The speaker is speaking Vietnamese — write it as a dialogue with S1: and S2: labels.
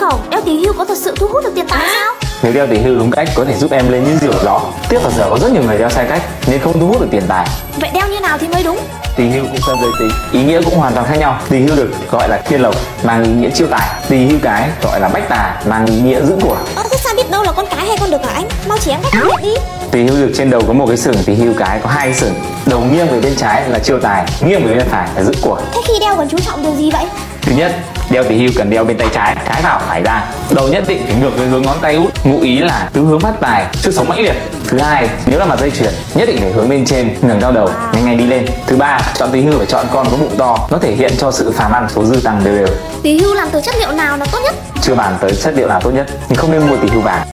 S1: hồng đeo tỷ hưu có thật sự thu hút được tiền tài sao
S2: Người đeo tỷ hưu đúng cách có thể giúp em lên những diều gió Tiếc là giờ có rất nhiều người đeo sai cách nên không thu hút được tiền tài
S1: vậy đeo như nào thì mới đúng
S2: Tỳ hưu cũng phân giới tính, ý nghĩa cũng hoàn toàn khác nhau. Tỳ hưu được gọi là thiên lộc, mang ý nghĩa chiêu tài. Tỳ hưu cái gọi là bách tài, mang ý nghĩa giữ của.
S1: ơ thế sao biết đâu là con cái hay con đực hả anh mau chỉ em cách phân biệt đi
S2: Tỳ hưu được trên đầu có một cái sừng, tỳ hưu cái có hai cái sừng. Đầu nghiêng về bên trái là chiêu tài, nghiêng về bên phải là giữ của.
S1: thế khi đeo còn chú trọng điều gì vậy
S2: Thứ nhất, đeo tỳ hưu cần đeo bên tay trái, trái vào phải ra. Đầu nhất định phải ngược với hướng ngón tay út, ngụ ý là tứ hướng phát tài, sức sống mãnh liệt. Thứ hai, nếu là mặt dây chuyền, nhất định phải hướng lên trên, ngẩng cao đầu, nhanh nhanh đi lên. Thứ ba, chọn tỳ hưu phải chọn con có bụng to, nó thể hiện cho sự phàm ăn số dư tăng đều đều.
S1: tỷ hưu làm từ chất liệu nào là tốt nhất
S2: Chưa bàn tới chất liệu nào tốt nhất, nhưng không nên mua tỳ hưu vàng.